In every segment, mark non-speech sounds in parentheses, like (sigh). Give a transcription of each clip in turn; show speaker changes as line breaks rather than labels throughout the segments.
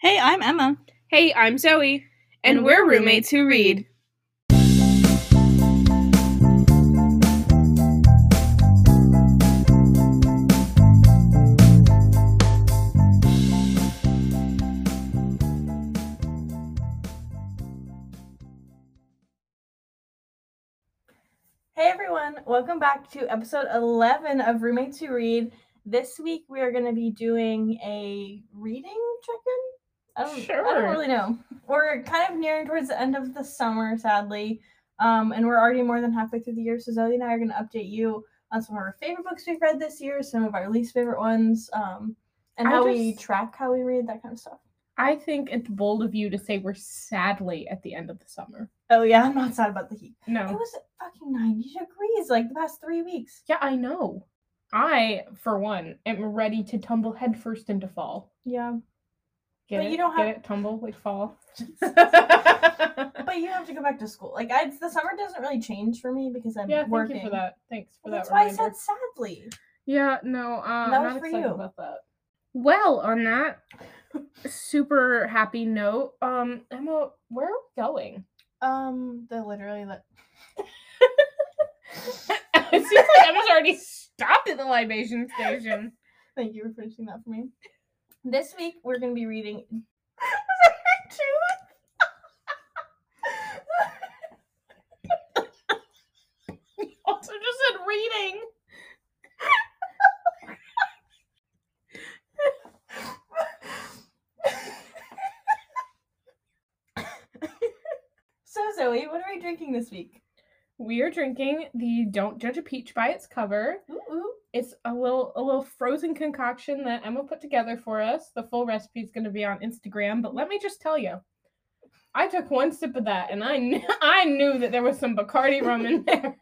Hey, I'm Emma.
Hey, I'm Zoe, and,
And
we're
we're
roommates who read.
Hey, everyone. Welcome back to episode 11 of Roommates Who Read. This week we are going to be doing a reading check-in. I don't, I
Sure.
don't really know. We're kind of nearing towards the end of the summer, sadly, um, and we're already more than halfway through the year. So Zoe and I are going to update you on some of our favorite books we've read this year, some of our least favorite ones, um, and
I
how we
just-
track how we read that kind of stuff.
I think it's bold of you to say we're sadly at the end of the summer.
Oh yeah, I'm not sad about the heat. It
No.
was fucking 90 degrees like the past three weeks.
Yeah, I know. I, for one, am ready to tumble headfirst into fall.
Yeah.
Get
But
it?
you don't
Get
have-
it? Tumble
(laughs)
like fall. (laughs)
But you have to go back to school. Like I, the summer doesn't really change for me because I'm
yeah, thank
working.
you for that. Thanks for
Well,
that
that's why I
reminder.
said sadly.
Yeah, no, uh,
That
I'm
was
not
for
excited
you.
about that. Well, on
(laughs)
that super happy note, um, Emma, where are we going?
Um, the literally that.
it seems like Emma's already stopped at the libation station.
Thank you for finishing that for me. This week we're gonna be (laughs) reading.
(laughs) Also, just said reading.
so Zoe, what are we drinking this week?
We are drinking the "Don't Judge a Peach by Its Cover."
Ooh, ooh.
It's a little a little frozen concoction that Emma put together for us. The full recipe is going to be on Instagram, but let me just tell you, I took one sip of that and I knew, (laughs) I knew that there was some Bacardi rum (laughs) in there.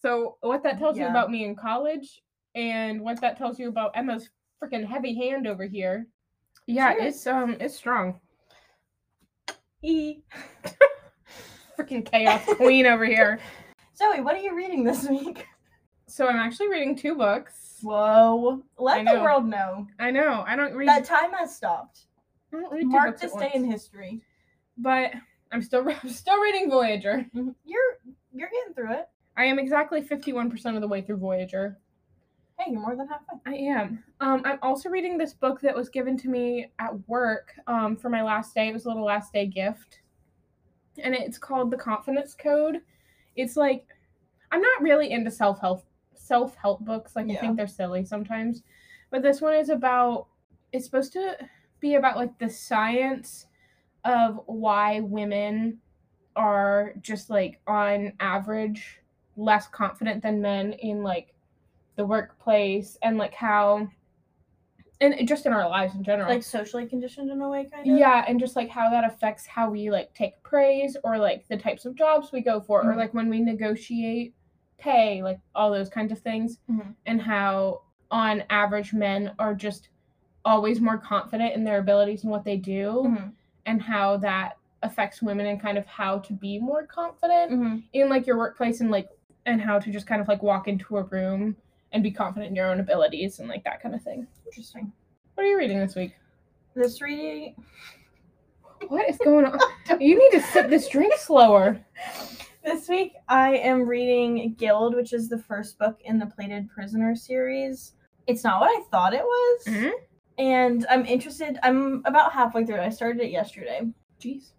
So what that tells you
Yeah.
about me in college, and what that tells you about Emma's freaking heavy hand over here. Yeah,
Cheers.
it's um it's strong.
E.
(laughs) Freaking chaos queen over here.
Zoe, what are you reading this week?
So I'm actually reading two books.
Whoa! Let
I
the
know.
world know
I know I don't read.
that time has stopped.
I don't read two
Mark
books at
this day in
once,
history.
but I'm still (laughs) re- I'm still reading Voyager.
Mhm. You're you're getting through it.
I am exactly 51% of the way through Voyager.
Hey, you're more than halfway.
I am. Um, I'm also reading this book that was given to me at work um, for my last day. It was a little last day gift. And it's called The Confidence Code. It's like, I'm not really into self help self help books. Like, I
Yeah.
think they're silly sometimes. But this one is about, it's supposed to be about like the science of why women are just like on average less confident than men in like the workplace and like how and just in our lives in general
Like socially conditioned in a way, kind of.
yeah and just like how that affects how we like take praise or like the types of jobs we go for or
Mhm.
like when we negotiate pay like all those kinds of things
Mhm.
and how on average men are just always more confident in their abilities and what they do
Mhm.
and how that affects women and kind of how to be more confident
Mhm.
in like your workplace and like and how to just kind of like walk into a room and be confident in your own abilities and like that kind of thing.
Interesting.
What are you reading this week?
This reading.
What is going (laughs) on? you need to sip this drink slower.
This week I am reading Guild, which is the first book in the Plated Prisoner series. It's not what I thought it was,
Mhm.
and I'm interested. I'm about halfway through. it. I started it yesterday,
Jeez.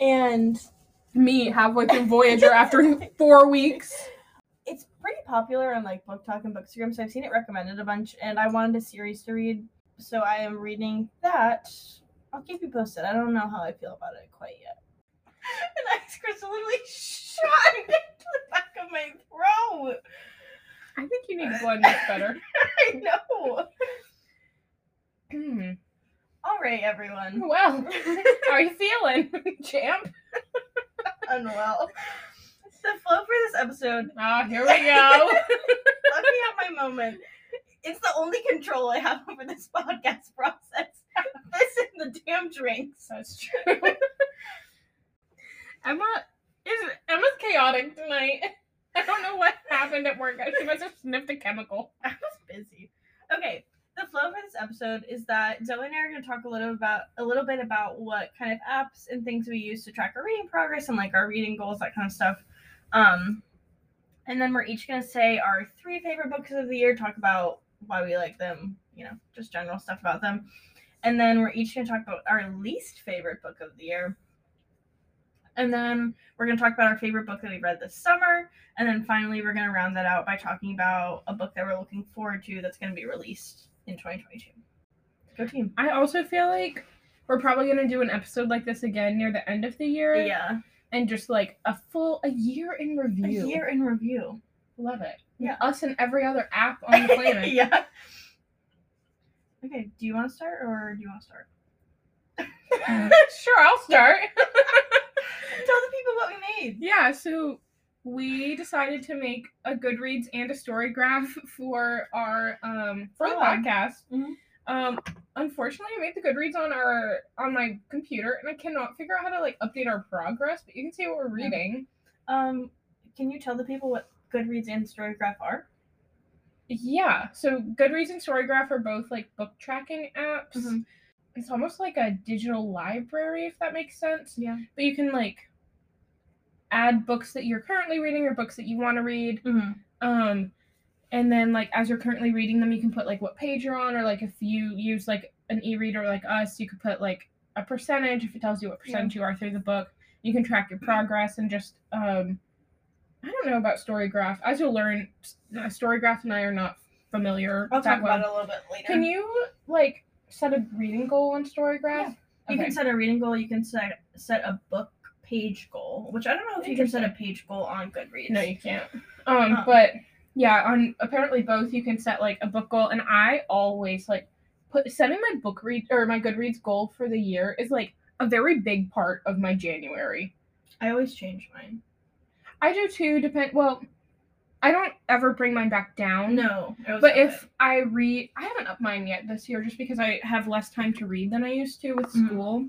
and
Me halfway through Voyager (laughs) after four weeks.
it's pretty popular on like book talk and bookstagram so i've seen it recommended a bunch and i wanted a series to read so i am reading that i'll keep you posted i don't know how i feel about it quite yet (laughs) and ice crystal literally shot (laughs) into the back of my throat
I think you need to blend this better.
i know
Hmm.
all right everyone (laughs)
well, how are you feeling, (laughs) champ?
unwell the flow for this episode
Ah, here we go.
let me have my moment it's the only control i have over this (laughs) podcast process this and the damn drinks
That's true. (laughs) Emma is Emma's chaotic tonight. (laughs) I
(laughs)
don't know what happened at work. She must have sniffed a chemical.
I was busy. Okay, the flow flow for this episode is that Zoe and I are going to talk a little about a little bit about what kind of apps and things we use to track our reading progress and like our reading goals, that kind of stuff. Um, and then we're each going to say our three favorite books of the year, talk about why we like them, you know, just general stuff about them. And then we're each going to talk about our least favorite book of the year. And then we're going to talk about our favorite book that we read this summer. And then finally, we're going to round that out by talking about a book that we're looking forward to that's going to be released in 2022. Go team.
I also feel like we're probably gonna do an episode like this again near the end of the year.
Yeah.
And just like a full a year in
A
review.
year in review.
Love it.
Yeah.
Us and every other app on (laughs) the planet.
(laughs) yeah. Okay, do you want to start or do you want to start?
sure, I'll start.
Tell the people what we made.
yeah, so we decided to make a Goodreads and a story graph for our um for the
Fun.
podcast.
Mhm.
Um unfortunately I made the Goodreads on our on my computer and I cannot figure out how to like update our progress, but you can see what we're reading.
Um, can you tell the people what Goodreads and Storygraph are?
Yeah. So Goodreads and Storygraph are both like book tracking apps.
Mhm.
It's almost like a digital library, if that makes sense.
Yeah.
But you can like add books that you're currently reading or books that you want to read.
Mm-hmm.
Um, and then like as you're currently reading them, you can put like what page you're on, or like if you use like an e-reader like us, you could put like a percentage if it tells you what
Yeah.
percentage you are through the book. You can track your progress and just um, I don't know about Storygraph. As you'll learn, s- uh, Storygraph and I are not familiar.
I'll talk
that well.
about it a little bit later.
Can you like set a reading goal on Storygraph?
You
Okay.
can set a reading goal. You can set set a book page goal, which I don't know if you can set a page goal on Goodreads.
No, you can't. Um,
Oh.
but yeah, on apparently both you can set like a book goal, and I always like put setting my book read or my Goodreads goal for the year is like a very big part of my January.
I always change mine.
I do too. Depend well, I don't ever bring mine back down.
No, I was
But
up
if I read, I haven't upped mine yet this year just because I have less time to read than I used to with
Mhm.
school.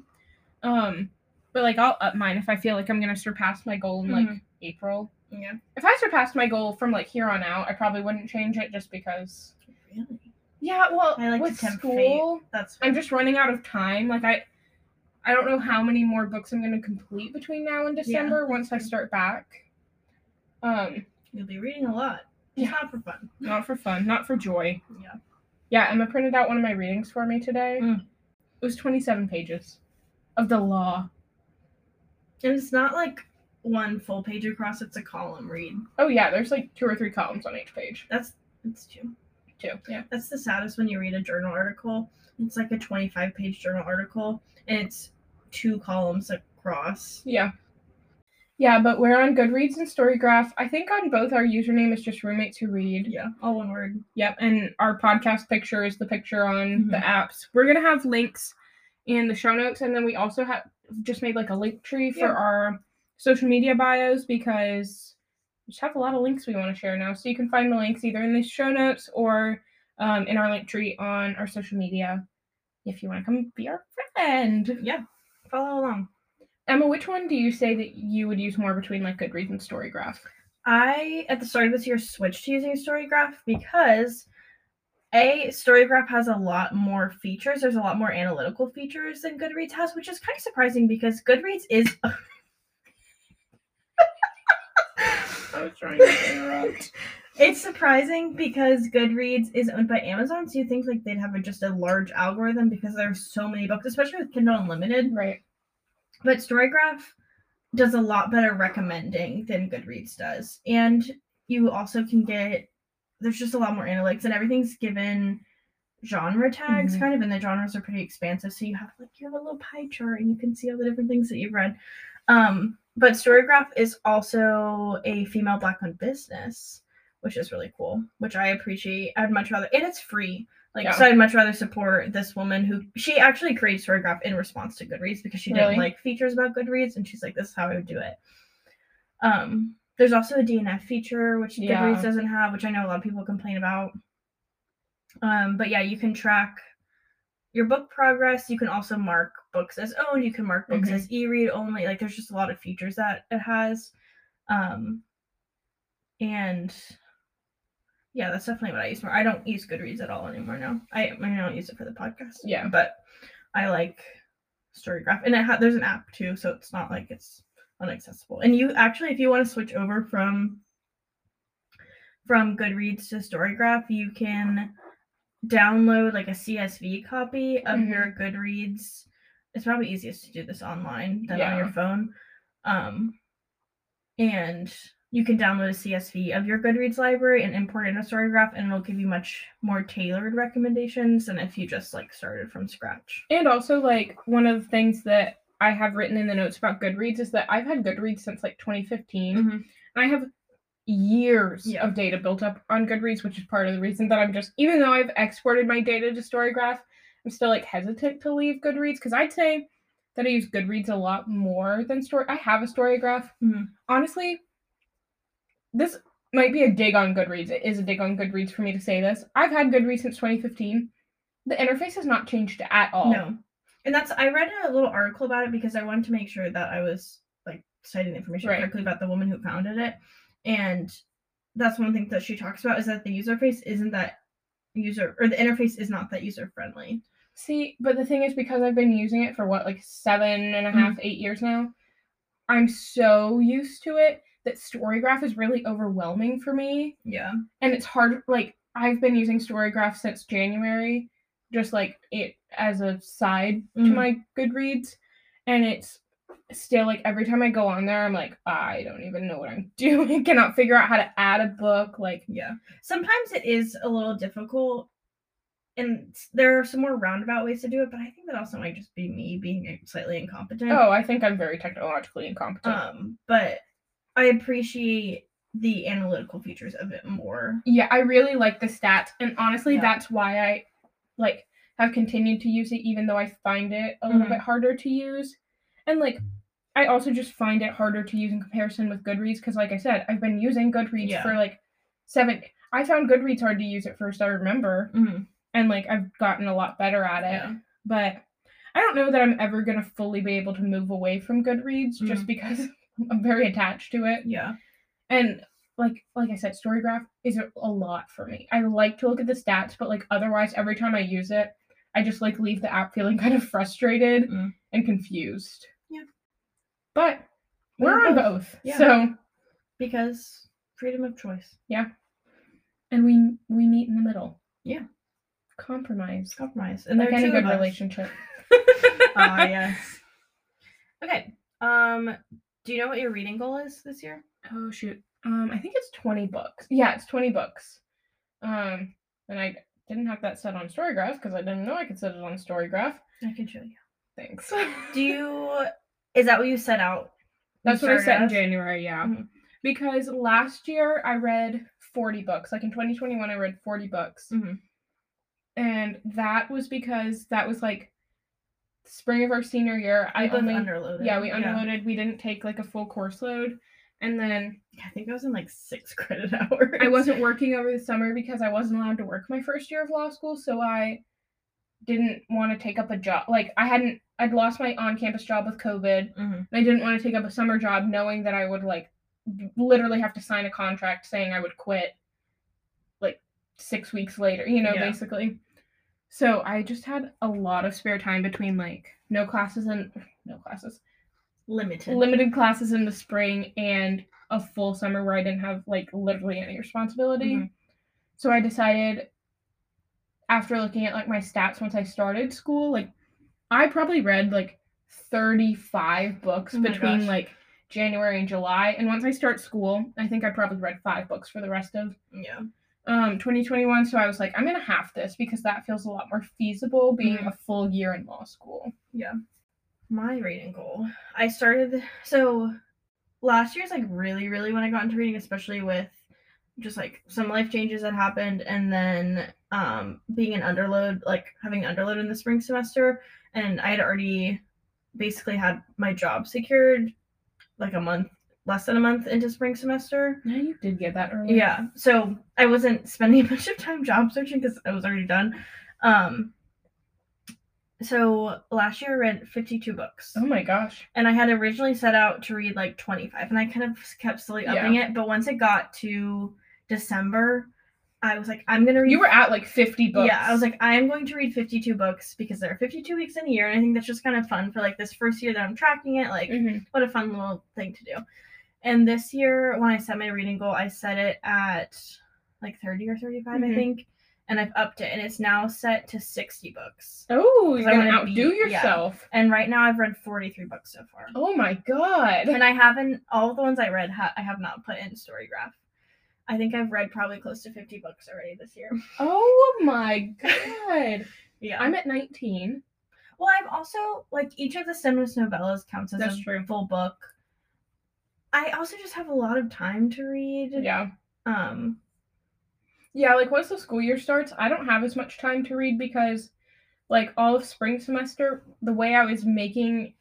Um, but like I'll up mine if I feel like I'm gonna surpass my goal in like April.
it. Mm-hmm. yeah,
if I surpassed my goal from like here on out, I probably wouldn't change it just because.
really,
Yeah, well,
I like to
with
tempt
school,
that's
I'm just running out of time. Like I, I don't know how many more books I'm going to complete between now and December once I
true.
start back. Um,
you'll be reading a lot.
Yeah.
It's not for fun.
not for fun, not for joy.
Yeah,
Yeah, Emma printed out one of my readings for me today.
Mm.
It was 27 pages of the law.
and it's not like one full page across. It's a column read.
Oh yeah, there's like two or three columns on each page
That's it's two.
too. Yeah.
That's the saddest when you read a journal article. It's like a 25 page journal article, and it's two columns across.
Yeah. Yeah, but we're on Goodreads and Storygraph. I think on both our username is just roommates who read.
Yeah, all one word.
Yep, and our podcast picture is the picture on the
Mhm.
apps. We're gonna have links in the show notes, and then we also have just made like a link tree for
Yeah.
our social media bios because we just have a lot of links we want to share now. So you can find the links either in the show notes or um, in our link tree on our social media if you want to come be our friend.
Follow along.
Emma, which one do you say that you would use more between like Goodreads and Storygraph?
I at the start of this year switched to using Storygraph because a Storygraph has a lot more features. There's a lot more analytical features than Goodreads has, which is kind of surprising because Goodreads is
I was trying
to interrupt. it's surprising because Goodreads is owned by Amazon, so you think like they'd have a, just a large algorithm because there are so many books, especially with Kindle Unlimited.
Right.
But Storygraph does a lot better recommending than Goodreads does. And you also can get there's just a lot more analytics and everything's given genre tags
Mhm.
kind of and the genres are pretty expansive. So you have like you have a little pie chart and you can see all the different things that you've read. Um but Storygraph is also a female black owned business, which is really cool, which I appreciate. I'd much rather and it's free. Like
Yeah.
so I'd much rather support this woman who she actually created Storygraph in response to Goodreads because she
Really?
didn't like features about Goodreads and she's like, this is how I would do it. Um, there's also a DNF feature which
Yeah.
Goodreads doesn't have, which I know a lot of people complain about. Um, but yeah, you can track your book progress. You can also mark books as owned. You can mark books
Mhm.
as e-read only. Like there's just a lot of features that it has. Um, and Yeah, that's definitely what I use more. I don't use Goodreads at all anymore now. I I, mean, I don't use it for the podcast.
Yeah.
but I like Storygraph, and it ha- there's an app too, so it's not like it's unaccessible. And you actually, if you want to switch over from from Goodreads to Storygraph, you can download like a CSV copy of
Mhm.
your Goodreads. It's probably easiest to do this online than on your
Yeah.
phone. Um, and you can download a CSV of your Goodreads library and import it into Storygraph, and it'll give you much more tailored recommendations than if you just like started from scratch.
And also, like, one of the things that I have written in the notes about Goodreads is that I've had Goodreads since like 2015.
Mhm.
And I have years
Yeah.
of data built up on Goodreads, which is part of the reason that I'm just, even though I've exported my data to Storygraph, I'm still like hesitant to leave Goodreads because I'd say that I use Goodreads a lot more than Story. I have a Storygraph.
Mhm.
Honestly, this might be a dig on Goodreads. It is a dig on Goodreads for me to say this. I've had Goodreads since 2015. The interface has not changed at all.
No, and that's I read a little article about it because I wanted to make sure that I was like citing the information
Right.
correctly about the woman who founded it, and that's one thing that she talks about is that the user face isn't that user or the interface is not that user friendly.
See, but the thing is, because I've been using it for what, like seven and a
Mhm.
half, eight years now, I'm so used to it that Storygraph is really overwhelming for me.
Yeah.
And it's hard, like, I've been using Storygraph since January, just like it as a side to
Mhm.
my Goodreads. And it's still like every time I go on there, I'm like, I don't even know what I'm (laughs) doing. Cannot figure out how to add a book. Like,
Yeah. Sometimes it is a little difficult and s- there are some more roundabout ways to do it, but I think that also might just be me being slightly incompetent.
oh, I think I'm very technologically incompetent.
Um, but I appreciate the analytical features of it more.
yeah i really like the stats and honestly
Yeah.
that's why i like have continued to use it even though i find it a little
Mhm.
bit harder to use and like i also just find it harder to use in comparison with goodreads because like i said i've been using goodreads
Yeah.
for like seven i found goodreads hard to use at first i remember
Mhm.
and like i've gotten a lot better at it
Yeah.
but i don't know that i'm ever going to fully be able to move away from goodreads
Mm.
just because (laughs) i'm very attached to it
Yeah.
and like like i said storygraph is a- a lot for me i like to look at the stats but like otherwise every time i use it i just like leave the app feeling (laughs) kind of frustrated
Mm.
and confused
Yeah.
but
We're
we're
on
on both
Yeah.
so
Because freedom of choice.
and we we meet in the middle
Yeah.
compromise
Compromise. And
like
there are
any
two
good
of us. (laughs)
relationship (laughs)
Ah, yes. Okay. Um, do you know what your reading goal is this year?
oh shoot um i think it's 20 books yeah it's 20 books um and i didn't have that set on storygraph because i didn't know i could set it on storygraph
I can show you.
thanks
(laughs) Do you is that what you set out? You
That's what I
started
said in
as?
January, yeah.
Mhm.
Because last year I read 40 books. Like in 2021, I read 40 books.
Mhm.
And that was because that was like spring of our senior year. I
We both
only,
underloaded.
yeah, we underloaded. We didn't take like a full course load. And then
I think I was in like six (laughs) credit hours.
I wasn't working over the summer because I wasn't allowed to work my first year of law school. So I didn't want to take up a job. Like I hadn't, I'd lost my on campus job with COVID.
Mhm.
I didn't want to take up a summer job knowing that I would like b- literally have to sign a contract saying I would quit like six weeks later, you know,
Yeah.
basically. So I just had a lot of spare time between like no classes and no classes,
limited.
limited classes in the spring and a full summer where I didn't have like literally any responsibility.
Mhm.
So I decided after looking at like my stats once I started school, like I probably read like 35 books
Oh my
between
gosh.
like January and July. And once I start school, I think I probably read five books for the rest of
yeah.
um 2021. So I was like, I'm gonna half this because that feels a lot more feasible being
Mhm.
a full year in law school.
My reading goal. I started so last year's like really, really when I got into reading, especially with just like some life changes that happened and then um being an underload, like having an underload in the spring semester and I had already basically had my job secured like a month less than a month into spring semester.
Yeah, you did get that early.
Yeah. So I wasn't spending a bunch of time job searching because I was already done. Um so last year I read 52 books.
Oh my gosh.
And I had originally set out to read like 25 and I kind of kept slowly upping it. But once it got to December, I was like, I'm gonna read.
You were at like 50 books.
Yeah, I was like, I am going to read 52 books because there are 52 weeks in a year, and I think that's just kind of fun for like this first year that I'm tracking it. Like,
Mhm.
what a fun little thing to do. And this year, when I set my reading goal, I set it at like 30 or 35, I
Mhm.
think, and I've upped it, and it's now set to 60 books.
oh, you're
I
gonna
wanna be-
outdo
yeah.
yourself.
And right now, I've read 43 books so far.
Oh my god.
And I haven't all the ones I read. Ha- I have not put in Storygraph. I think I've read probably close to 50 books already this year. (laughs)
Oh my god.
Yeah.
I'm at 19.
Well, I've also like each of the Simmons novellas counts as
That's
a
true.
full book. I also just have a lot of time to read.
Yeah.
Um,
Yeah, like once the school year starts, I don't have as much time to read because, like, all of spring semester, the way I was making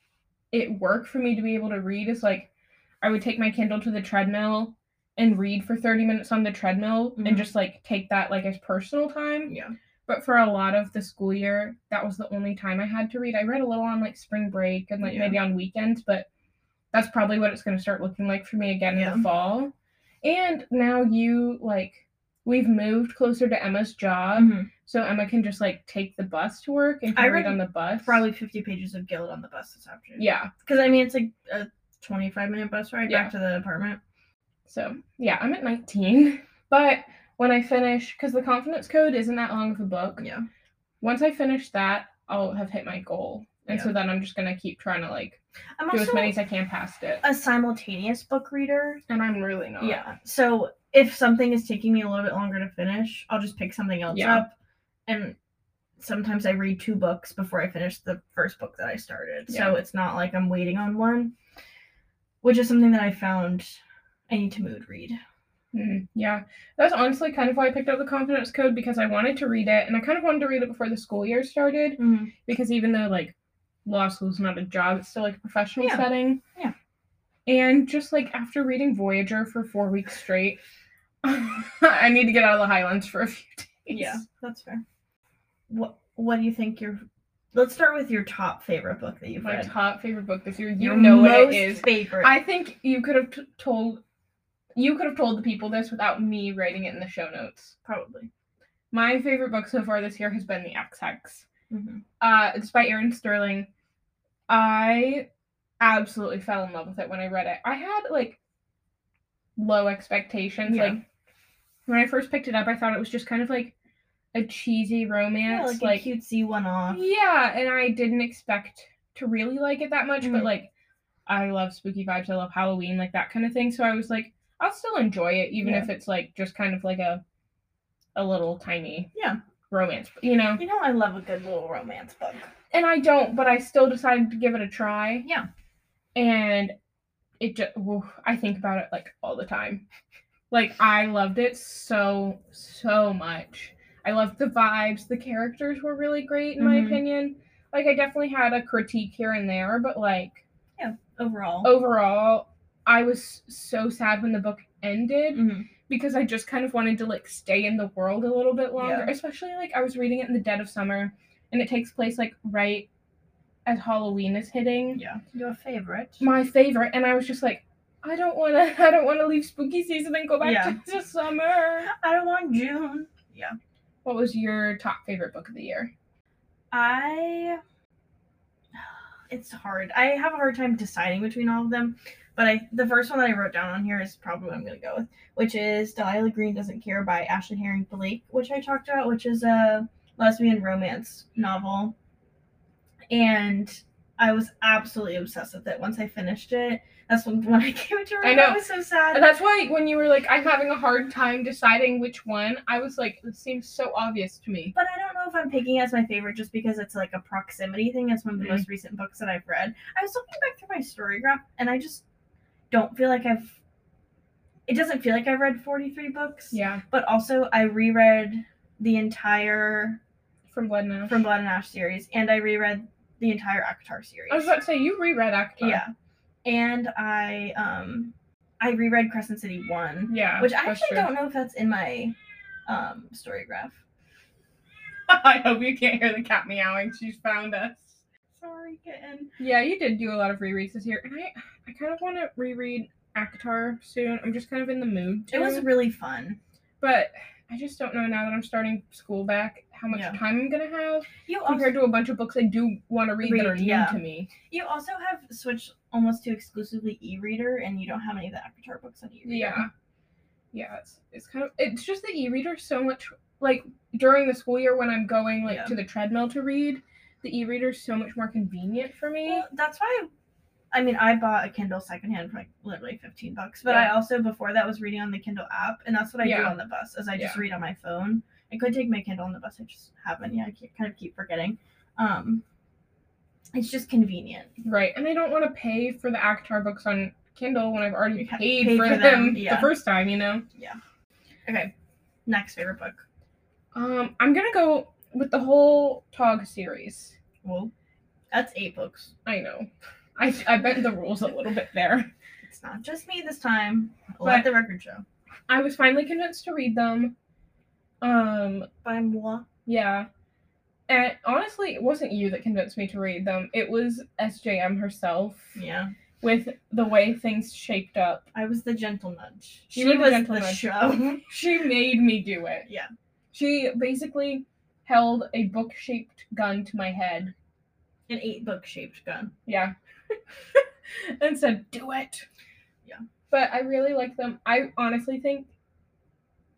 it work for me to be able to read is like I would take my Kindle to the treadmill and read for 30 minutes on the treadmill
Mhm.
and just like take that like as personal time.
yeah.
But for a lot of the school year, that was the only time I had to read. I read a little on like spring break and like
Yeah.
maybe on weekends, but that's probably what it's going to start looking like for me again in
Yeah.
the fall. And now you like we've moved closer to Emma's job, so Emma can just like take the bus to work and
Mm-hmm. I
can read
read
on the bus.
Probably 50 pages of Guild on the bus this afternoon.
Yeah.
Because I mean, it's like a 25 minute bus ride
Yeah.
back to the apartment.
So yeah, I'm at 19, (laughs) but when I finish, because the confidence code isn't that long of a book.
Yeah.
Once I finish that, I'll have hit my goal, and so then I'm just gonna keep trying to like
I'm Uh,
do as
also
many as I can past it.
a simultaneous book reader.
And I'm really not.
Yeah. So if something is taking me a little bit longer to finish, I'll just pick something else
Yeah.
up. And sometimes I read two books before I finish the first book that I started. So
Yeah.
it's not like I'm waiting on one, which is something that I found I need to mood read.
Mm, yeah. That's honestly kind of why I picked up the confidence code because I wanted to read it and I kind of wanted to read it before the school year started
Hmm.
because even though like law school is not a job, it's still like a professional
Yeah.
setting.
Yeah.
And just like after reading Voyager for four weeks straight, (laughs) I need to get out of the Highlands for a few (laughs) days.
Yeah, that's fair. What What do you think your? Let's start with your top favorite book that you've
My
read.
top favorite book this year. You
Your
know what it
most
is.
Favorite.
I think you could have t- told you could have told the people this without me writing it in the show notes.
probably.
My favorite book so far this year has been The XX.
hmm
Uh, it's by Aaron Sterling. I absolutely fell in love with it when I read it. I had like low expectations.
Yeah.
Like when I first picked it up, I thought it was just kind of like a cheesy
Yeah,
romance.
like, a cutesy one off.
yeah, and I didn't expect to really like it that much,
Mhm.
but like I love spooky vibes, I love Halloween, like that kind of thing. So I was like, I'll still enjoy it, even
Yeah.
if it's like just kind of like a a little tiny
Yeah.
romance, you know.
You know, I love a good little romance book.
And I don't, but I still decided to give it a try.
Yeah.
And it just I think about it like all the time. (laughs) Like I loved it so so much. I loved the vibes. The characters were really great in
Mhm.
my opinion. Like I definitely had a critique here and there, but like
Overall.
overall I was so sad when the book ended
Mhm.
because I just kind of wanted to like stay in the world a little bit longer. Especially like I was reading it in the dead of summer, and it takes place like right as Halloween is hitting.
Yeah. Your favorite.
My favorite, and I was just like, I don't want to. (laughs) I don't want to leave spooky season and go back
Yeah.
to, (laughs) to summer.
I don't want June. Yeah.
What was your top favorite book of the year?
I. (sighs) It's hard. I have a hard time deciding between all of them, but I the first one that I wrote down on here is probably what I'm gonna go with, which is Delilah Green Doesn't Care by Ashley Herring Blake, which I talked about, which is a lesbian romance novel. And I was absolutely obsessed with it once I finished it. That's when, when I (laughs) came into
I
it. I
know.
was so sad.
And that's why when you were like, I'm having a hard time deciding which one, I was like, this seems so obvious to me.
But I don't know if I'm picking it as my favorite just because it's like a proximity thing. It's one of the
Mhm.
most recent books that I've read. I was looking back through my Storygraph and I just don't feel like I've. It doesn't feel like I've read 43 books.
Yeah,
But also, I reread the entire
from Blood and Ash.
From Blood and Ash series and I reread the entire Akhtar series.
I was about to say you reread Akhtar.
yeah. And I, um, I reread Crescent City 1
yeah,
which I
that's
actually
true.
don't know if that's in my um story graph.
(laughs) I hope you can't hear the cat meowing. She's found us.
Sorry, kitten.
Yeah, you did do a lot of rereads this year, and I, I kind of want to reread Akatar soon. I'm just kind of in the mood. To,
It was really fun.
but I just don't know now that I'm starting school back how much
Yeah.
time I'm gonna have
You also,
compared to a bunch of books I do want to read,
Read,
that are new
yeah.
to me.
you also have switched almost to exclusively e-reader, and you don't have any of the Avatar books on e-reader.
Yeah. Yeah, it's it's kind of it's just the e-reader so much like during the school year when I'm going like
Yeah.
to the treadmill to read, the e-reader's so much more convenient for me.
Well, that's why. I mean, I bought a Kindle secondhand for like literally fifteen bucks, but I
Yeah.
also before that was reading on the Kindle app, and that's what I do
Yeah.
on the bus. Is I just
Yeah.
read on my phone. I could take my Kindle on the bus. I just haven't. Yeah, I keep, kind of keep forgetting. Um, it's just convenient.
Right. And I don't want to pay for the Avatar books on Kindle when I've already
You ha-
paid,
paid
for,
for
them,
them, yeah.
the first time, you know.
Okay, next favorite book.
Um I'm going to go with the whole Tog series.
Well, that's eight books.
I know. I I bent the rules a little bit there.
It's not just me this time.
But-
Let the record show.
I was finally convinced to read them. Um,
By moi.
yeah. And honestly, it wasn't you that convinced me to read them. It was SJM herself
Yeah,
with the way things shaped up.
I was the gentle nudge. She
You were the
was
gentle
the (laughs)
nudge.
show.
She made me do it.
Yeah.
She basically held a book shaped gun to my head.
An eight book shaped gun.
Yeah. (laughs) and said, do it.
Yeah.
But I really like them. I honestly think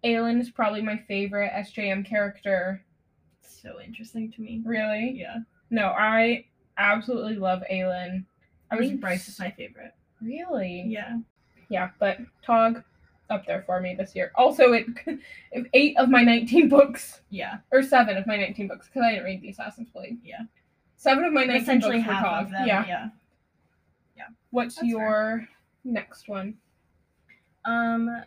Aelin is probably my favorite SJM character.
So interesting to me.
Really?
Yeah.
No, I absolutely love Aelin.
I
was
think Bryce is my favorite.
Really?
Yeah.
Yeah, but Tog up there for me this year. Also, it (laughs) eight of my 19 books,
Yeah.
or seven of my 19 books, because I didn't read the Assassin's Blade.
Yeah.
Seven of my 19
Essentially
books were
half
Tog.
of them.
Yeah.
Yeah.
What's
That's fair.
your next one?
Um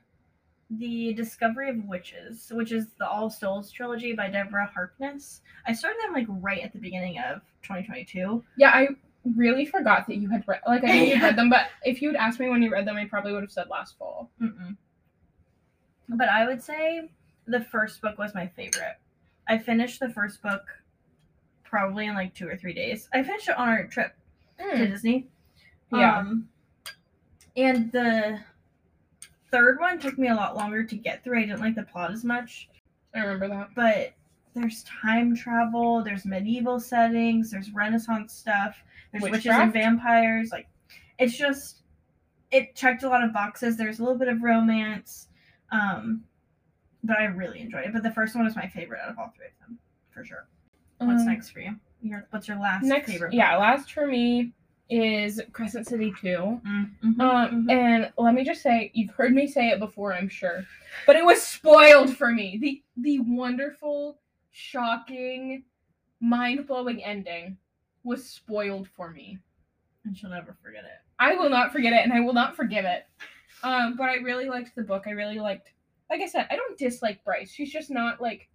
The Discovery of Witches, which is the All Souls trilogy by Deborah Harkness. I started them like right at the beginning of 2022.
Yeah, I really forgot that you had read. Like I knew you
Yeah.
read them, but if you had asked me when you read them, I probably would have said last fall.
Mm-mm. But I would say the first book was my favorite. I finished the first book probably in like two or three days. I finished it on our trip to Disney.
Hmm. Yeah.
Um, and the third one took me a lot longer to get through. I didn't like the plot as much,
I remember that.
but there's time travel, there's medieval settings, there's Renaissance stuff, there's witches
Witchcraft?
and vampires. Like, it's just, it checked a lot of boxes. There's a little bit of romance, um, but I really enjoyed it. But the first one was my favorite out of all three of them, for sure. What's
Um,
next for you? Your, what's your last
Next,
favorite?
yeah, last for me is Crescent City 2.
Mm, mhm,
Um,
mhm.
and let me just say, you've heard me say it before, I'm sure, but it was spoiled for me. The the wonderful, shocking, mind blowing ending was spoiled for me.
and she'll never forget it.
I will not forget it, and I will not forgive it. Um, but I really liked the book. I really liked, like I said, I don't dislike Bryce. She's just not like,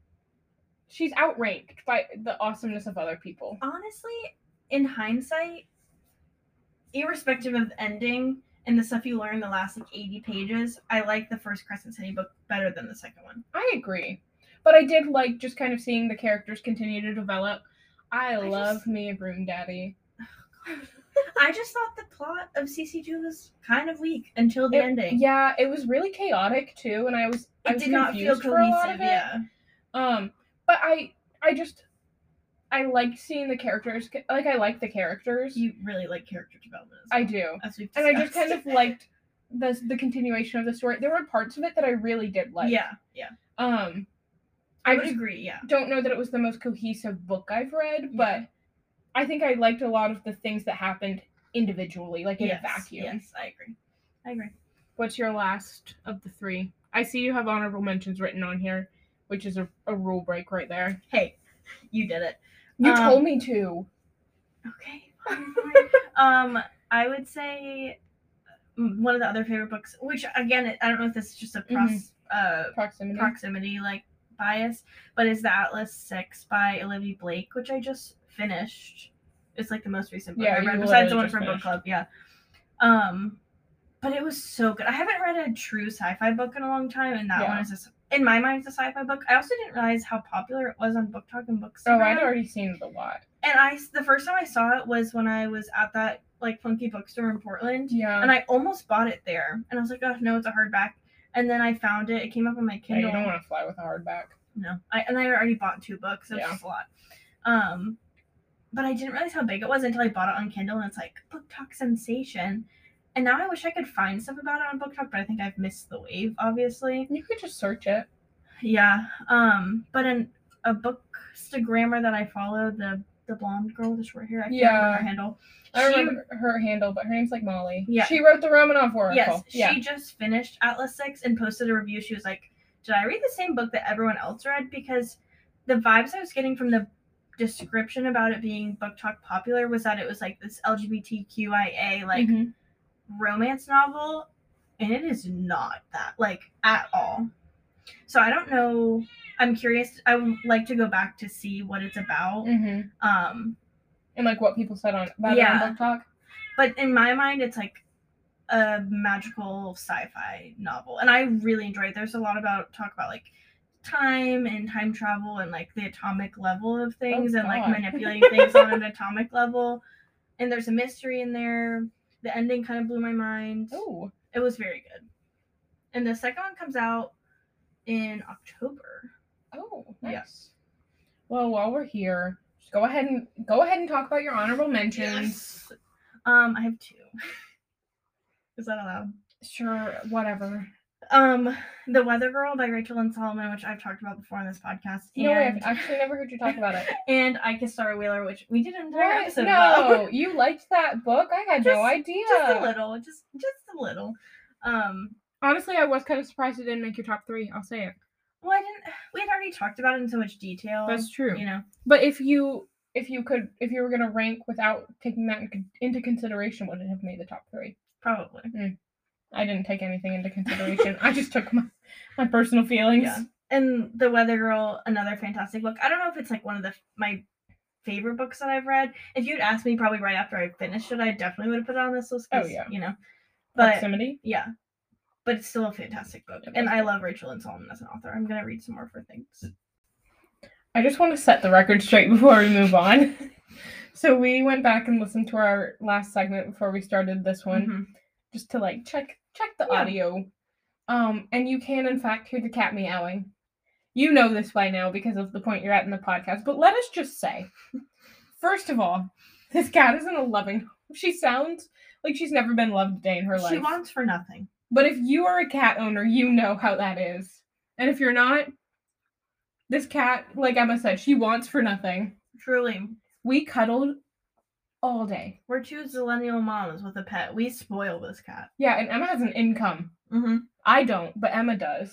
she's outranked by the awesomeness of other people.
honestly, in hindsight, irrespective of the ending and the stuff you learn in the last like 80 pages, I like the first Crescent City book better than the second one.
I agree. But I did like just kind of seeing the characters continue to develop. I,
just-
love me a broom daddy.
I just thought the plot of CC2 was kind of weak until the
It-
ending.
Yeah, it was really chaotic too, and I was I
It
was
did not feel
confused for a lot
cohesive,
of it.
yeah.
Um, but I I just I liked seeing the characters. Like I like the characters.
You really like character development. As
I
well,
do,
As we've
and I just
discussed.
kind of liked the the continuation of the story. There were parts of it that I really did
(laughs)
like.
yeah, yeah.
Um,
I
I
would
just
agree, yeah.
don't know that it was the most cohesive book I've read, but
Yeah.
I think I liked a lot of the things that happened individually, like in
yes,
a vacuum.
Yes, I agree. I agree.
What's your last of the three? I see you have honorable mentions written on here, which is a, a rule break right there.
Hey, you did it.
You
Um,
told me to.
Okay. fine,
(laughs)
fine. um, I would say mm, one of the other favorite books, which again, I don't know if this is just a
Mm-hmm.
pros- uh,
Proximity.
proximity like bias, but is the Atlas Six by Olivia Blake, which I just finished. It's like the most recent book
Yeah,
I
you
read, besides
literally
the one
just
from book
finished.
club. Yeah. Um, but it was so good. I haven't read a true sci-fi book in a long time, and that
Yeah.
one is a s in my mind, it's a sci-fi book. I also didn't realize how popular it was on Book Talk and
Oh,
Bookstagram.
I'd already seen it a lot.
And I, the first time I saw it was when I was at that like funky bookstore in Portland,
Yeah.
and I almost bought it there. And I was like, oh no, it's a hardback. And then I found it. It came up on my
Yeah,
Kindle.
you don't want to fly with a hardback.
No, I and I already bought two books. So it's
Yeah.
just a lot. Um, but I didn't realize how big it was until I bought it on Kindle, and it's like Book Talk Sensation. And now I wish I could find stuff about it on Book Talk, but I think I've missed the wave, obviously.
You could just search it.
Yeah. Um, but in a bookstagrammer that I follow, the the blonde girl, the short hair, I can't remember
Yeah.
her handle.
I
She-
remember her handle, but her name's like Molly.
Yeah.
She wrote the Romanov Oracle.
Yes,
yeah.
she just finished Atlas Six and posted a review. She was like, "Did I read the same book that everyone else read?" Because the vibes I was getting from the description about it being book talk popular was that it was like this LGBTQIA like
Mhm.
romance novel, and it is not that like at all. So I don't know. I'm curious. I would like to go back to see what it's about.
Mhm.
Um,
And like what people said on about it
Yeah.
on Book Talk.
but in my mind it's like a magical sci-fi novel and i really enjoy it there's a lot about talk about like time and time travel and like the atomic level of things and like
God.
manipulating things on an atomic level and there's a mystery in there the ending kind of blew my mind
Ooh.
it was very good and the second one comes out in october
Oh,
Yeah.
nice. Well, while we're here, just go ahead and go ahead and talk about your honorable mentions.
um i have two (laughs) is that allowed
Sure, whatever.
Um, The Weather Girl by Rachel and Solomon, which I've talked about before on this podcast,
No,
and (laughs)
I've actually never heard you talk about it.
and I Kissed Sarah Wheeler, which we did an entire
What?
episode about. (laughs)
No, you liked that book. I had
Just-
no idea.
just a little, just just a little. Um,
Honestly, I was kind of surprised it didn't make your top three. I'll say it.
well, I didn't. We had already talked about it in so much detail.
That's true.
You know,
But if you if you could if you were gonna rank without taking that in- into consideration, would it have made the top three?
probably.
I didn't take anything into
(laughs)
consideration. I just took my my personal feelings.
Yeah. And The Weather Girl, another fantastic book. I don't know if it's like one of the my favorite books that I've read. If you'd asked me probably right after I finished it, I definitely would have put it on this list. 'cause,
Oh, yeah.
You know, but
Proximity.
Yeah. But it's still a fantastic book.
It
And
is.
I love Rachel and Solomon as an author. I'm going to read some more of her things.
I just want to set the record straight (laughs) before we move on. so we went back and listened to our last segment before we started this one,
Mhm.
just to like check check the
Yeah.
audio. Um, and you can in fact hear the cat meowing. You know this by now because of the point you're at in the podcast. But let us just say, first of all, this cat isn't a loving. She sounds like she's never been loved a day in her
She
life.
wants for nothing.
But if you are a cat owner, you know how that is. And if you're not, this cat, like Emma said, she wants for nothing.
Truly.
We cuddled all day.
We're two millennial moms with a pet. We spoil this cat.
Yeah, and Emma has an income.
Mm-hmm.
I don't, but Emma does.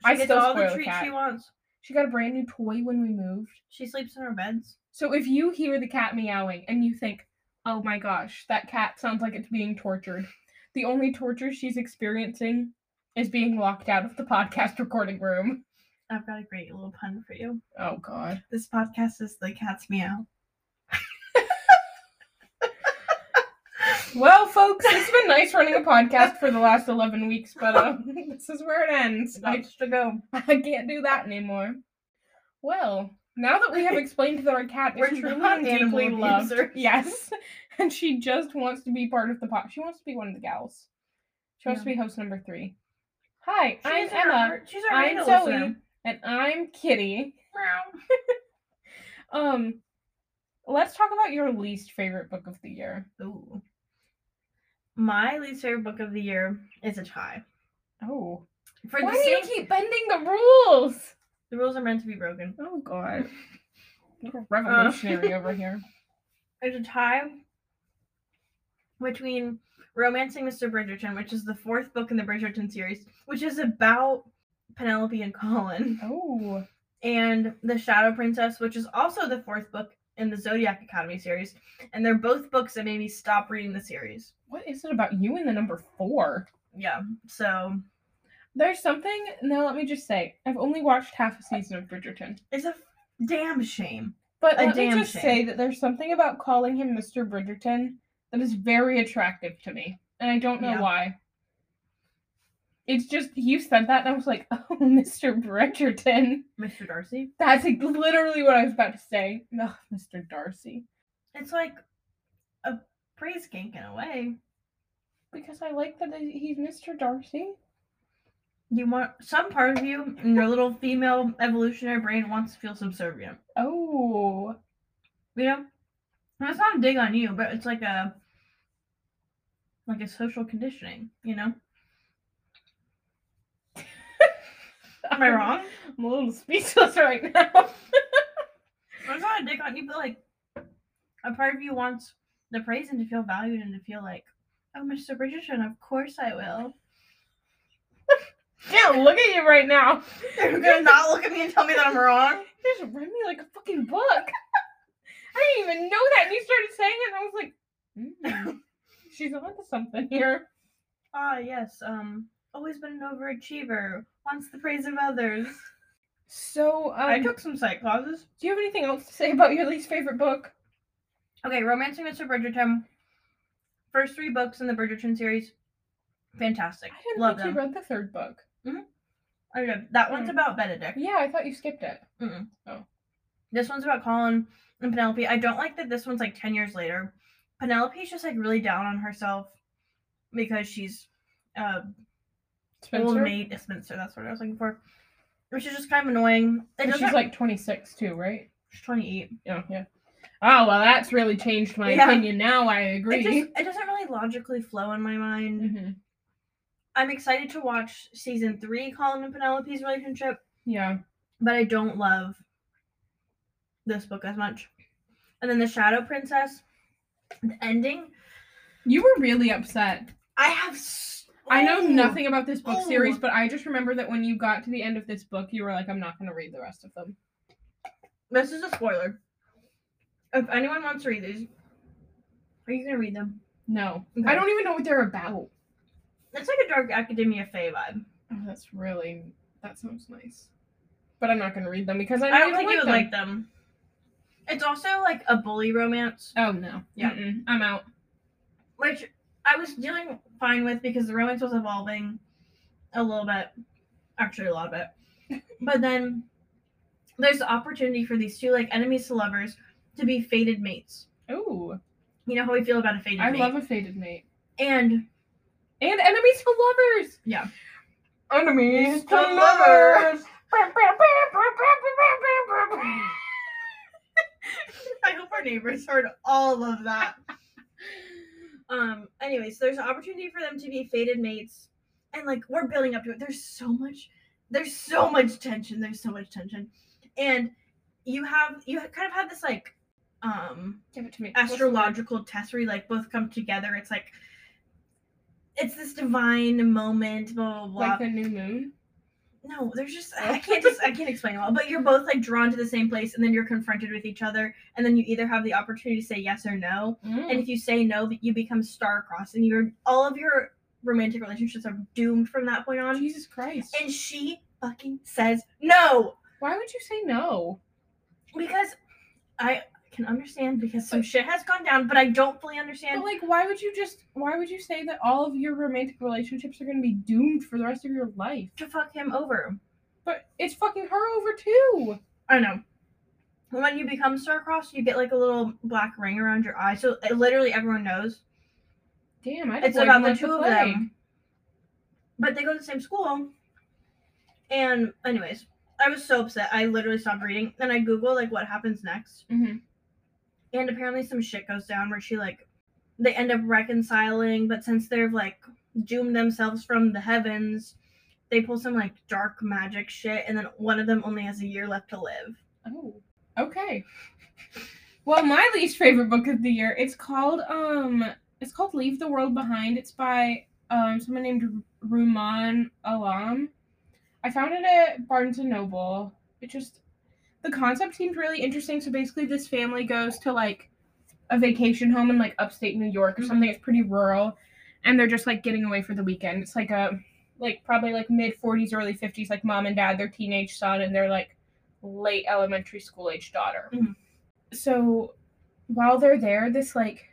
She
I
gets
still
all
spoil
the
the
treats she
cat.
wants.
She got a brand new toy when we moved.
She sleeps in her beds.
So if you hear the cat meowing and you think, oh my gosh, that cat sounds like it's being tortured, the only torture she's experiencing is being locked out of the (laughs) podcast recording room.
I've got a great little pun for you.
Oh, God.
This podcast is The Cat's Meow.
Well, folks, it's been nice running a podcast for the last 11 weeks, but uh, this is where it ends. I,
to go.
I can't do that anymore. Well, now
(laughs)
that we have explained that our cat
We're
is truly
not
and
animal
deeply loved,
abusers.
yes, (laughs) and she just wants to be part of the pot. She wants to be one of the gals. She wants to be host number three. Hi, I'm
She's our-
Emma,
She's our
I'm
I'm
Zoe. and I'm Kitty. Um, let's talk about your least favorite book of the year.
Ooh. My least favorite book of the year is a tie.
Oh,
For
why
the
do you
same,
keep bending the rules?
the rules are meant to be broken.
Oh god. Little revolutionary
Uh. (laughs)
over here.
there's a tie between Romancing Mr. Bridgerton, which is the fourth book in the Bridgerton series, which is about Penelope and Colin,
Oh.
and The Shadow Princess, which is also the fourth book in the Zodiac Academy series. And they're both books that made me stop reading the series.
What is it about you and the number four?
Yeah, so
There's something now let me just say, I've only watched half a season of Bridgerton.
it's a f- damn shame.
But
A
let me
damn
just
shame.
say that there's something about calling him Mr. Bridgerton that is very attractive to me. And I don't know
Yeah.
why. It's just you said that and I was like, (laughs) oh Mr. Bridgerton.
Mr. Darcy.
That's like, literally what I was about to say. No, Mr. Darcy.
It's like a praise kink in a way.
Because I like that he's Mr. Darcy.
You want some part of you in your (laughs) little female evolutionary brain wants to feel subservient.
Oh.
You know? And it's not a dig on you, but it's like a like a social conditioning, you know? Am I wrong?
(laughs) I'm a little speechless right now. (laughs)
It's not a dig on you, but like a part of you wants the praise and to feel valued and to feel like, oh, Mr. Bridgerton, of course I will.
Can't look at you right now.
(laughs) You're gonna not look at me and tell me that I'm wrong.
You just read me like a fucking book. (laughs) I didn't even know that. And you started saying it, and I was
(laughs)
like, "Mm, she's onto something here.
Ah, yes. Um, always been an overachiever. Wants the praise of others.
So, um,
I took some psych classes.
do you have anything else to say about your least favorite book?
Okay, Romancing Mr. Bridgerton. First three books in the Bridgerton series. Fantastic.
I didn't
Love them.
think you read the third book.
I read- That one's
Mm.
about Benedict.
Yeah, I thought you skipped it.
This one's about Colin and Penelope. I don't like that this one's like 10 years later. Penelope's just like really down on herself because she's uh, old
Spencer.
maid Spencer. That's what I was looking for. Which is just kind of annoying. It
And
doesn't,
she's like 26 too, right?
she's 28.
Yeah, yeah. Oh well, that's really changed my
Yeah.
opinion. Now I
It,
agree.
just, it doesn't really logically flow in my mind.
Mhm.
I'm excited to watch season three, Colin and Penelope's relationship,
Yeah.
but I don't love this book as much. And then The Shadow Princess, the ending.
You were really upset.
I have. s- oh.
I know
Ooh.
nothing about this book series,
Ooh.
but I just remember that when you got to the end of this book, you were like, I'm not going to read the rest of them.
This is a spoiler. If anyone wants to read these, are you going to read them?
No.
Okay.
I don't even know what they're about.
It's like a dark academia fae vibe.
Oh, that's really, that sounds nice. But I'm not going to read them because I, know
I don't
you
think you would
like
like them. It's also like a bully romance.
them. Oh, no.
Yeah.
Mm-mm. I'm out.
which I was dealing fine with because the romance was evolving a little bit, actually a lot of it.
(laughs)
But then there's the opportunity for these two like enemies to lovers to be fated mates.
Ooh.
You know how we feel about a fated
I
mate.
love a faded mate.
and
And enemies to lovers.
Yeah.
Enemies
(laughs) to lovers. I hope our neighbors heard all of that. um. Anyways, there's an opportunity for them to be fated mates, and like we're building up to it. There's so much. There's so much tension. There's so much tension, and you have you ha- kind of have this like um
(laughs) Give it to me.
astrological test where you like both come together. It's like it's this divine moment. Blah blah blah.
Like the new moon.
No, there's just I can't just I can't explain it all. But you're both like drawn to the same place, and then you're confronted with each other, and then you either have the opportunity to say yes or no. And if you say no, you become star-crossed, and you're all of your romantic relationships are doomed from that point on.
Mm. Jesus Christ.
And she fucking says no
Why would you say no?
because I can understand because some shit has gone down, but I don't fully understand.
But like, why would you just? Why would you say that all of your romantic relationships are going to be doomed for the rest of your life?
to fuck him over.
But it's fucking her over too.
I don't know. When you become star-crossed, you get like a little black ring around your eye, so uh, literally everyone knows.
Damn, I.
It's about the two of them. But they go to the same school. And anyways, I was so upset. I literally stopped reading. Then I Google like what happens next.
Mhm.
And apparently some shit goes down where she like they end up reconciling, but since they've like doomed themselves from the heavens, they pull some like dark magic shit and then one of them only has a year left to live.
Oh. Okay. Well, my least favorite book of the year. It's called um. It's called Leave the World Behind. It's by um someone named Ruman Alam. I found it at Barnes and Noble. It just the concept seemed really interesting. So basically, this family goes to like a vacation home in like upstate New York or
Mhm.
something. It's pretty rural, and they're just like getting away for the weekend. It's like a like probably like mid 40s, early 50s, like mom and dad, their teenage son, and their like late elementary school age daughter.
Mhm.
So while they're there, this like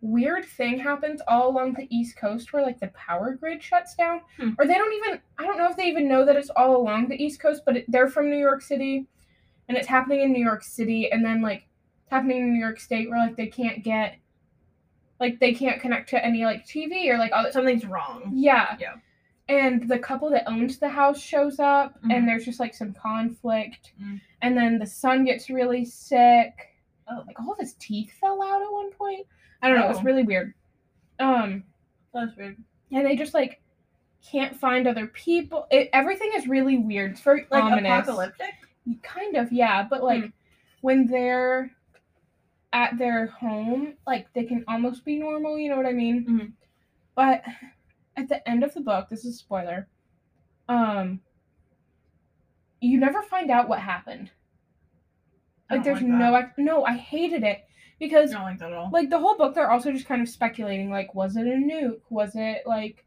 weird thing happens all along the east coast where like the power grid shuts down
Hmm.
or they don't even i don't know if they even know that it's all along the east coast but it, they're from new york city and it's happening in new york city and then like it's happening in new york state where like they can't get like they can't connect to any like tv or like all,
Something's wrong.
yeah.
Yeah.
and the couple that owns the house shows up
Mhm.
and there's just like some conflict
Mm.
and then the son gets really sick
Oh,
like all of his teeth fell out at one point i don't know it's
Oh.
really weird um
that was weird.
and they just like can't find other people it, everything is really weird it's very
Like
ominous
apocalyptic.
kind of yeah but like
Hmm.
when they're at their home like they can almost be normal you know what i mean
Mhm.
but at the end of the book this is a spoiler um you never find out what happened
I
like
don't
there's
like
no
that.
ex- no i hated it because
I don't like that at all.
like the whole book they're also just kind of speculating like was it a nuke was it like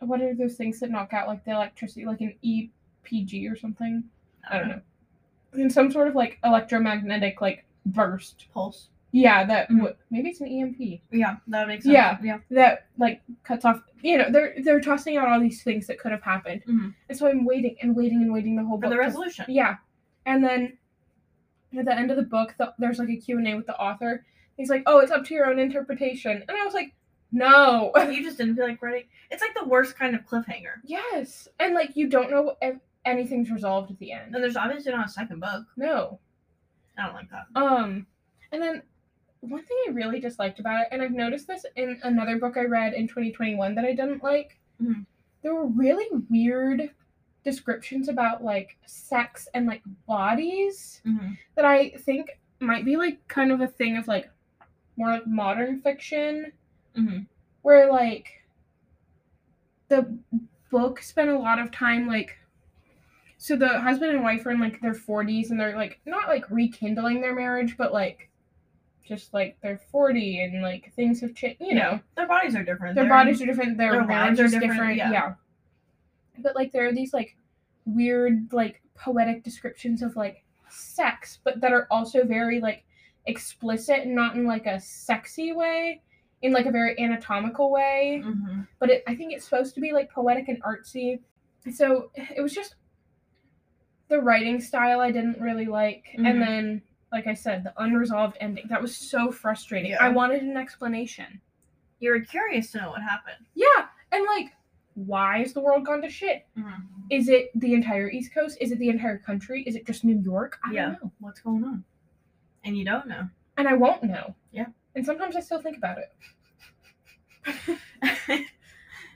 what are those things that knock out like the electricity like an epg or something I don't know. In some sort of like electromagnetic like burst.
Pulse.
Yeah, that
Mhm.
would maybe it's an EMP
Yeah, that makes sense.
Yeah.
yeah.
that like cuts off. You know, they're they're tossing out all these things that could have happened,
Mhm.
and so I'm waiting and waiting and waiting the whole
For
book
the
to-
resolution.
yeah, and then at the end of the book, the, there's like a Q and A with the author. He's like, "Oh, it's up to your own interpretation," and I was like, "No." (laughs)
you just didn't feel like writing. It's like the worst kind of cliffhanger.
yes, and like you don't know if anything's resolved at the end.
And there's obviously not a second book.
No.
I don't like that.
Um, and then one thing I really disliked about it, and I've noticed this in another book I read in 2021 that I didn't like,
Mhm.
there were really weird descriptions about like sex and like bodies that I think might be like kind of a thing of like more like modern fiction
Mm-hmm.
where like the book spent a lot of time like so the husband and wife are in like their 40s and they're like not like rekindling their marriage but like just like they're 40 and like things have changed you know
Their bodies are different.
their
They're-
bodies are different their,
their
marriage
lives are
is different,
different,
yeah.
yeah.
but like there are these like weird like poetic descriptions of like sex but that are also very like explicit and not in like a sexy way in like a very anatomical way
Mhm.
but it, I think it's supposed to be like poetic and artsy. So it was just the writing style I didn't really like,
Mhm.
and then like I said, the unresolved ending that was so frustrating.
Yeah.
I wanted an explanation.
You were curious to know what happened.
Yeah, and like, why is the world gone to shit? Is it the entire East Coast? Is it the entire country? Is it just New York? I
Yeah.
don't know,
What's going on? And you don't know. (laughs)
and I won't know.
Yeah.
and sometimes I still think about it.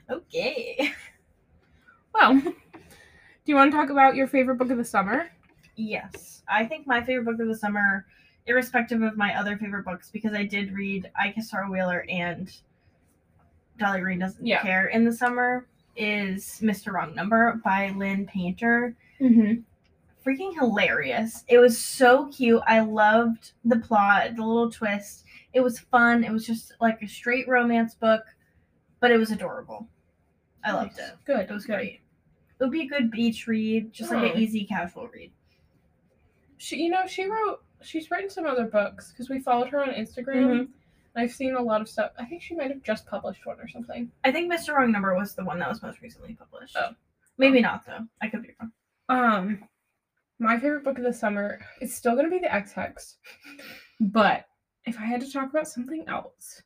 okay. (laughs)
Well, do you want to talk about your favorite book of the summer?
Yes. I think my favorite book of the summer, irrespective of my other favorite books, because I did read I Kiss Sarah Wheeler and Dolly Green Doesn't
Yeah.
Care in the summer, is Mr. Wrong Number by Lynn Painter.
Mm-hmm.
freaking hilarious. It was so cute. I loved the plot, the little twist. It was fun. It was just like a straight romance book, but it was adorable. I loved it. It
Good.
was
good.
great. It would be a good beach read, just like
Hmm.
an easy casual read.
she you know she wrote she's written some other books because we followed her on instagram
Mhm.
and i've seen a lot of stuff i think she might have just published one or something
I think Mr. Wrong Number was the one that was most recently published.
Oh.
Maybe not though. I could be wrong.
um my favorite book of the summer is still going to be the x-hex but if i had to talk about something else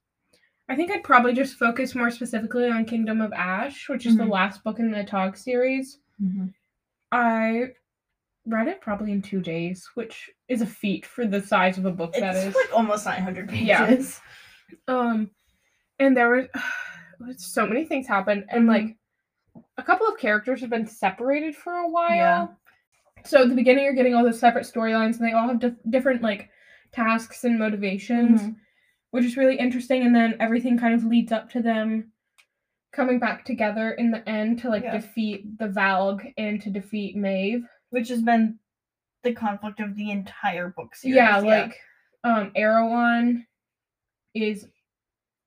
i think i'd probably just focus more specifically on kingdom of ash which is the
Mhm.
last book in the tog series i read it probably in two days which is a feat for the size of a book that is
It's like almost 900 pages.
Yeah. Um, and there were (sighs) so many things happened, and
Mhm.
like a couple of characters have been separated for a while.
Yeah.
So at the beginning, you're getting all those separate storylines, and they all have dif- different like tasks and motivations,
Mhm.
which is really interesting. And then everything kind of leads up to them coming back together in the end to like
Yeah.
defeat the Valg and to defeat Maeve.
Which has been the conflict of the entire book series.
Yeah, like um Erewhon is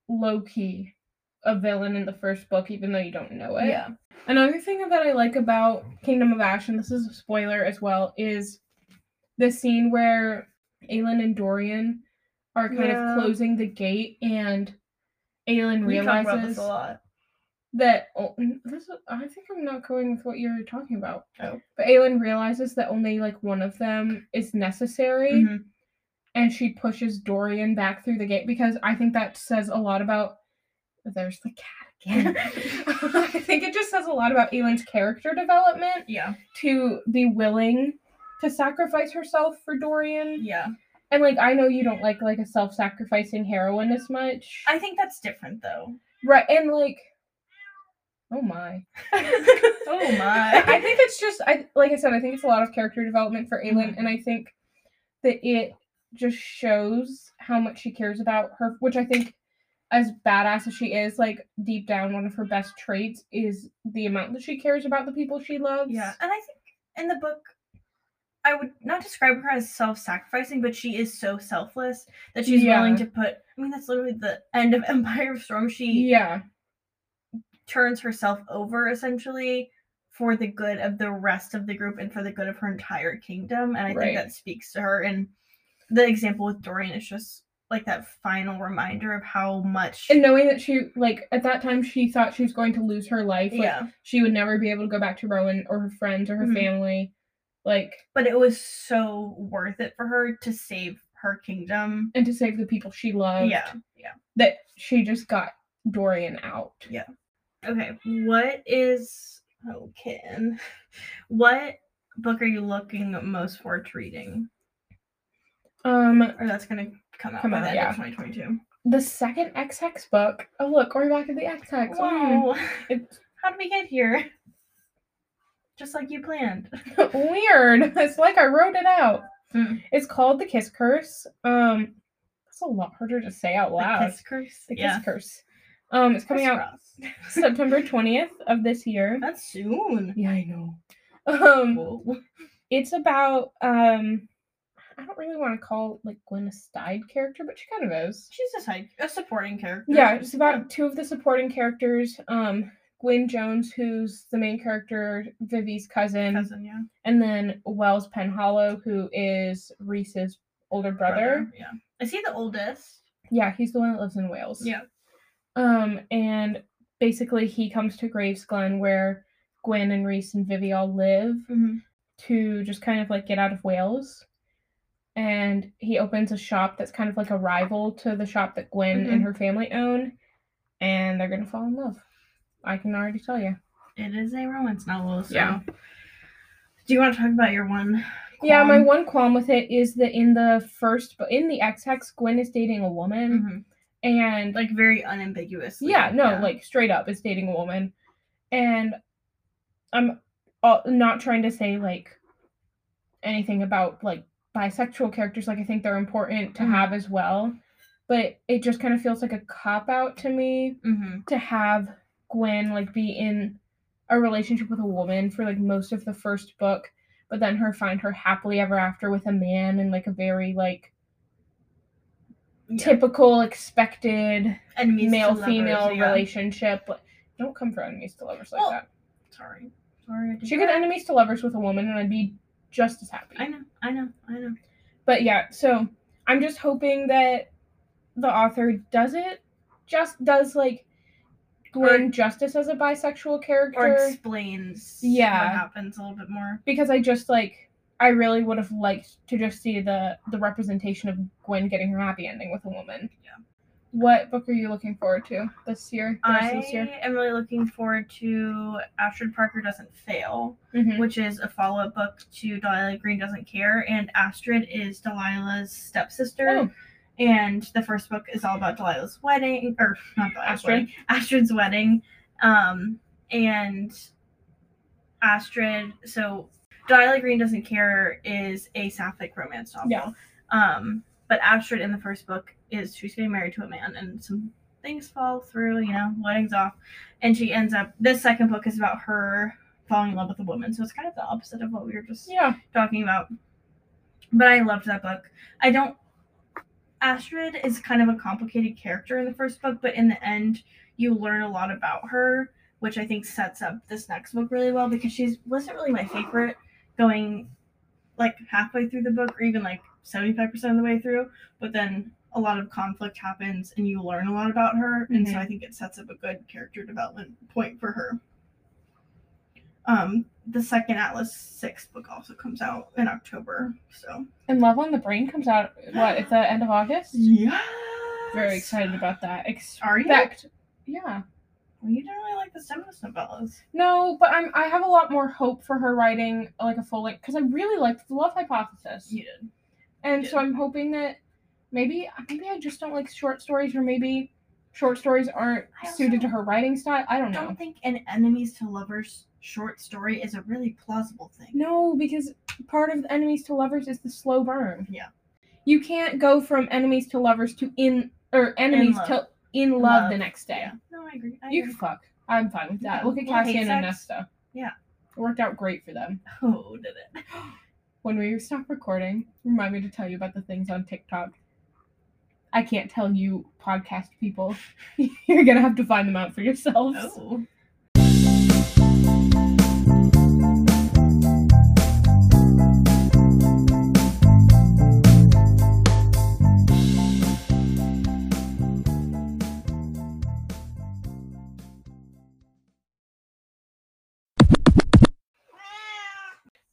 low key a villain in the first book, even though you don't know it.
yeah.
Another thing that I like about Kingdom of Ash, and this is a spoiler as well, is the scene where Aelin and Dorian are kind
Yeah.
of closing the gate and Aelin
We talk about this
realizes
a lot.
that oh, n- this is, I think I'm not going with what you're talking about.
Oh.
But Aelin realizes that only like one of them is necessary
Mhm.
and she pushes Dorian back through the gate because I think that says a lot about there's the cat again. (laughs) I think it just says a lot about Elin's character development
Yeah.
to be willing to sacrifice herself for Dorian.
Yeah.
And like I know you don't like like a self-sacrificing heroine as much.
I think that's different
(laughs)
though.
right and like Oh my. (laughs)
oh my.
I think it's just I like I said, I think it's a lot of character development for Aelin,
Mhm.
and I think that it just shows how much she cares about her which I think as badass as she is, like deep down one of her best traits is the amount that she cares about the people she loves.
Yeah, and I think in the book, I would not describe her as self-sacrificing, but she is so selfless that she's willing
Yeah.
to put. I mean, that's literally the end of (laughs) Empire of Storm. She
Yeah.
turns herself over essentially for the good of the rest of the group and for the good of her entire kingdom, and I
Right.
think that speaks to her. And the example with Dorian is just like that final reminder of how much.
And knowing that she like at that time she thought she was going to lose her life. Like
yeah,
she would never be able to go back to Rowan or her friends or her
Mhm.
family. Like
but it was so worth it for her to save her kingdom.
and to save the people she loved.
Yeah.
That she just got Dorian out.
Okay, what is oh Kitten? (laughs) What book are you looking most forward to reading?
Um
Or that's gonna come out
Come
by
out,
the end
yeah.
of 2022.
the second XX book. Oh look, we're back at the XX.
Wow, (laughs)
It's
how did we get here? Just like you planned.
weird. (laughs) It's like I wrote it out.
Mm.
It's called The Kiss Curse. Um it's a lot harder to say out loud.
The kiss curse.
The Kiss
yeah.
Curse. Um it's
(laughs)
coming out (laughs)
Crisscross.
September 20th of this year.
That's soon.
Yeah, I know. Um
Whoa.
it's about um I don't really want to call like Gwen a side character, but she kind of is.
She's a side, a supporting character.
Yeah, it's about two of the supporting characters. Um Gwen Jones, who's the main character, Vivi's cousin,
cousin. Yeah,
and then Wells Penhollow, who is Reese's older brother.
Yeah, is he the oldest?
Yeah, he's the one that lives in Wales.
Yeah.
Um, and basically he comes to Graves Glen where Gwen and Reese and Vivi all live.
Mhm.
to just kind of like get out of Wales. And he opens a shop that's kind of like a rival to the shop that Gwen and her family own. And they're going to fall in love. I can already tell you.
It is a romance novel. So.
Yeah.
Do you want to talk about your one?
Yeah, my
qualm?
one qualm with it is that in the first, but in the XX, Gwen is dating a woman.
Mhm.
And
like very unambiguous.
Mm-hmm. yeah, no, like straight up is dating a woman. And I'm all, not trying to say like anything about like bisexual characters. Like I think they're important to
Mhm.
have as well. But it just kind of feels like a cop out to me
hmm
to have Gwen like be in a relationship with a woman for like most of the first book, but then her find her happily ever after with a man and like a very like typical expected
enemies to
male
lovers,
female
yeah.
relationship. Like, don't come for enemies to lovers like
Well,
that.
Sorry, sorry. I did
She could
that.
enemies to lovers with a woman, and I'd be just as happy.
I know, I know, I know.
But yeah, so I'm just hoping that the author does it, just does like Gwen justice as a bisexual
Or
character,
explains
Yeah.
what happens a little bit more.
because I just like I really would have liked to just see the the representation of Gwen getting her happy ending with a woman.
Yeah.
What book are you looking forward to this year? the rest of this year?
I am really looking forward to Astrid Parker Doesn't Fail,
Mhm.
which is a follow up book to Delilah Green Doesn't Care. And Astrid is Delilah's stepsister.
Oh.
And the first book is all about Delilah's wedding, or not Delilah's
Astrid?
wedding, Astrid's wedding. Um, and Astrid, so Delilah Green Doesn't Care is a sapphic romance novel.
Yeah.
Um, but Astrid in the first book is she's getting married to a man and some things fall through, you know, weddings off. And she ends up, this second book is about her falling in love with a woman. So it's kind of the opposite of what we were just
Yeah.
talking about. But I loved that book. I don't. Astrid is kind of a complicated character in the first book, but in the end, you learn a lot about her, which I think sets up this next book really well because she's wasn't really my favorite going like halfway through the book or even like 75% of the way through, but then a lot of conflict happens and you learn a lot about her, and so
Mhm.
I think it sets up a good character development point for her. Um, the second Atlas Six book also comes out in October. So
And Love on the Brain comes out what at the end of August.
yeah,
Very excited about that.
Are you?
Expect yeah.
Well, you don't really like the feminist novellas.
No, but I'm I have a lot more hope for her writing like a full length because I really liked the Love Hypothesis,
You did.
and so
yeah.
I'm hoping that maybe maybe I just don't like short stories, or maybe short stories aren't
I also
suited to her writing style. I don't
I
know.
don't think an enemies to lovers short story is a really plausible thing.
No, because part of enemies to lovers is the slow burn.
Yeah.
you can't go from enemies to lovers to in or enemies
love.
to in love,
love,
the next day.
No, I agree. I
You
agree.
can fuck. I'm fine with that.
Yeah.
Look at
Well, hate
Cassian and
sex.
Nesta.
Yeah.
It worked out great for them.
Oh, did it?
When we stop recording, remind me to tell you about the things on TikTok. I can't tell you, podcast people. (laughs) You're gonna have to find them out for yourselves.
Oh.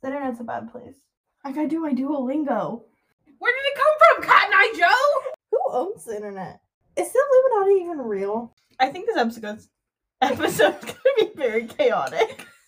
The internet's a bad place. I gotta do my Duolingo.
Where did it come from, Cotton Eye Joe?
Who owns the internet? Is the Illuminati even real? I think this episode episode's gonna be very chaotic.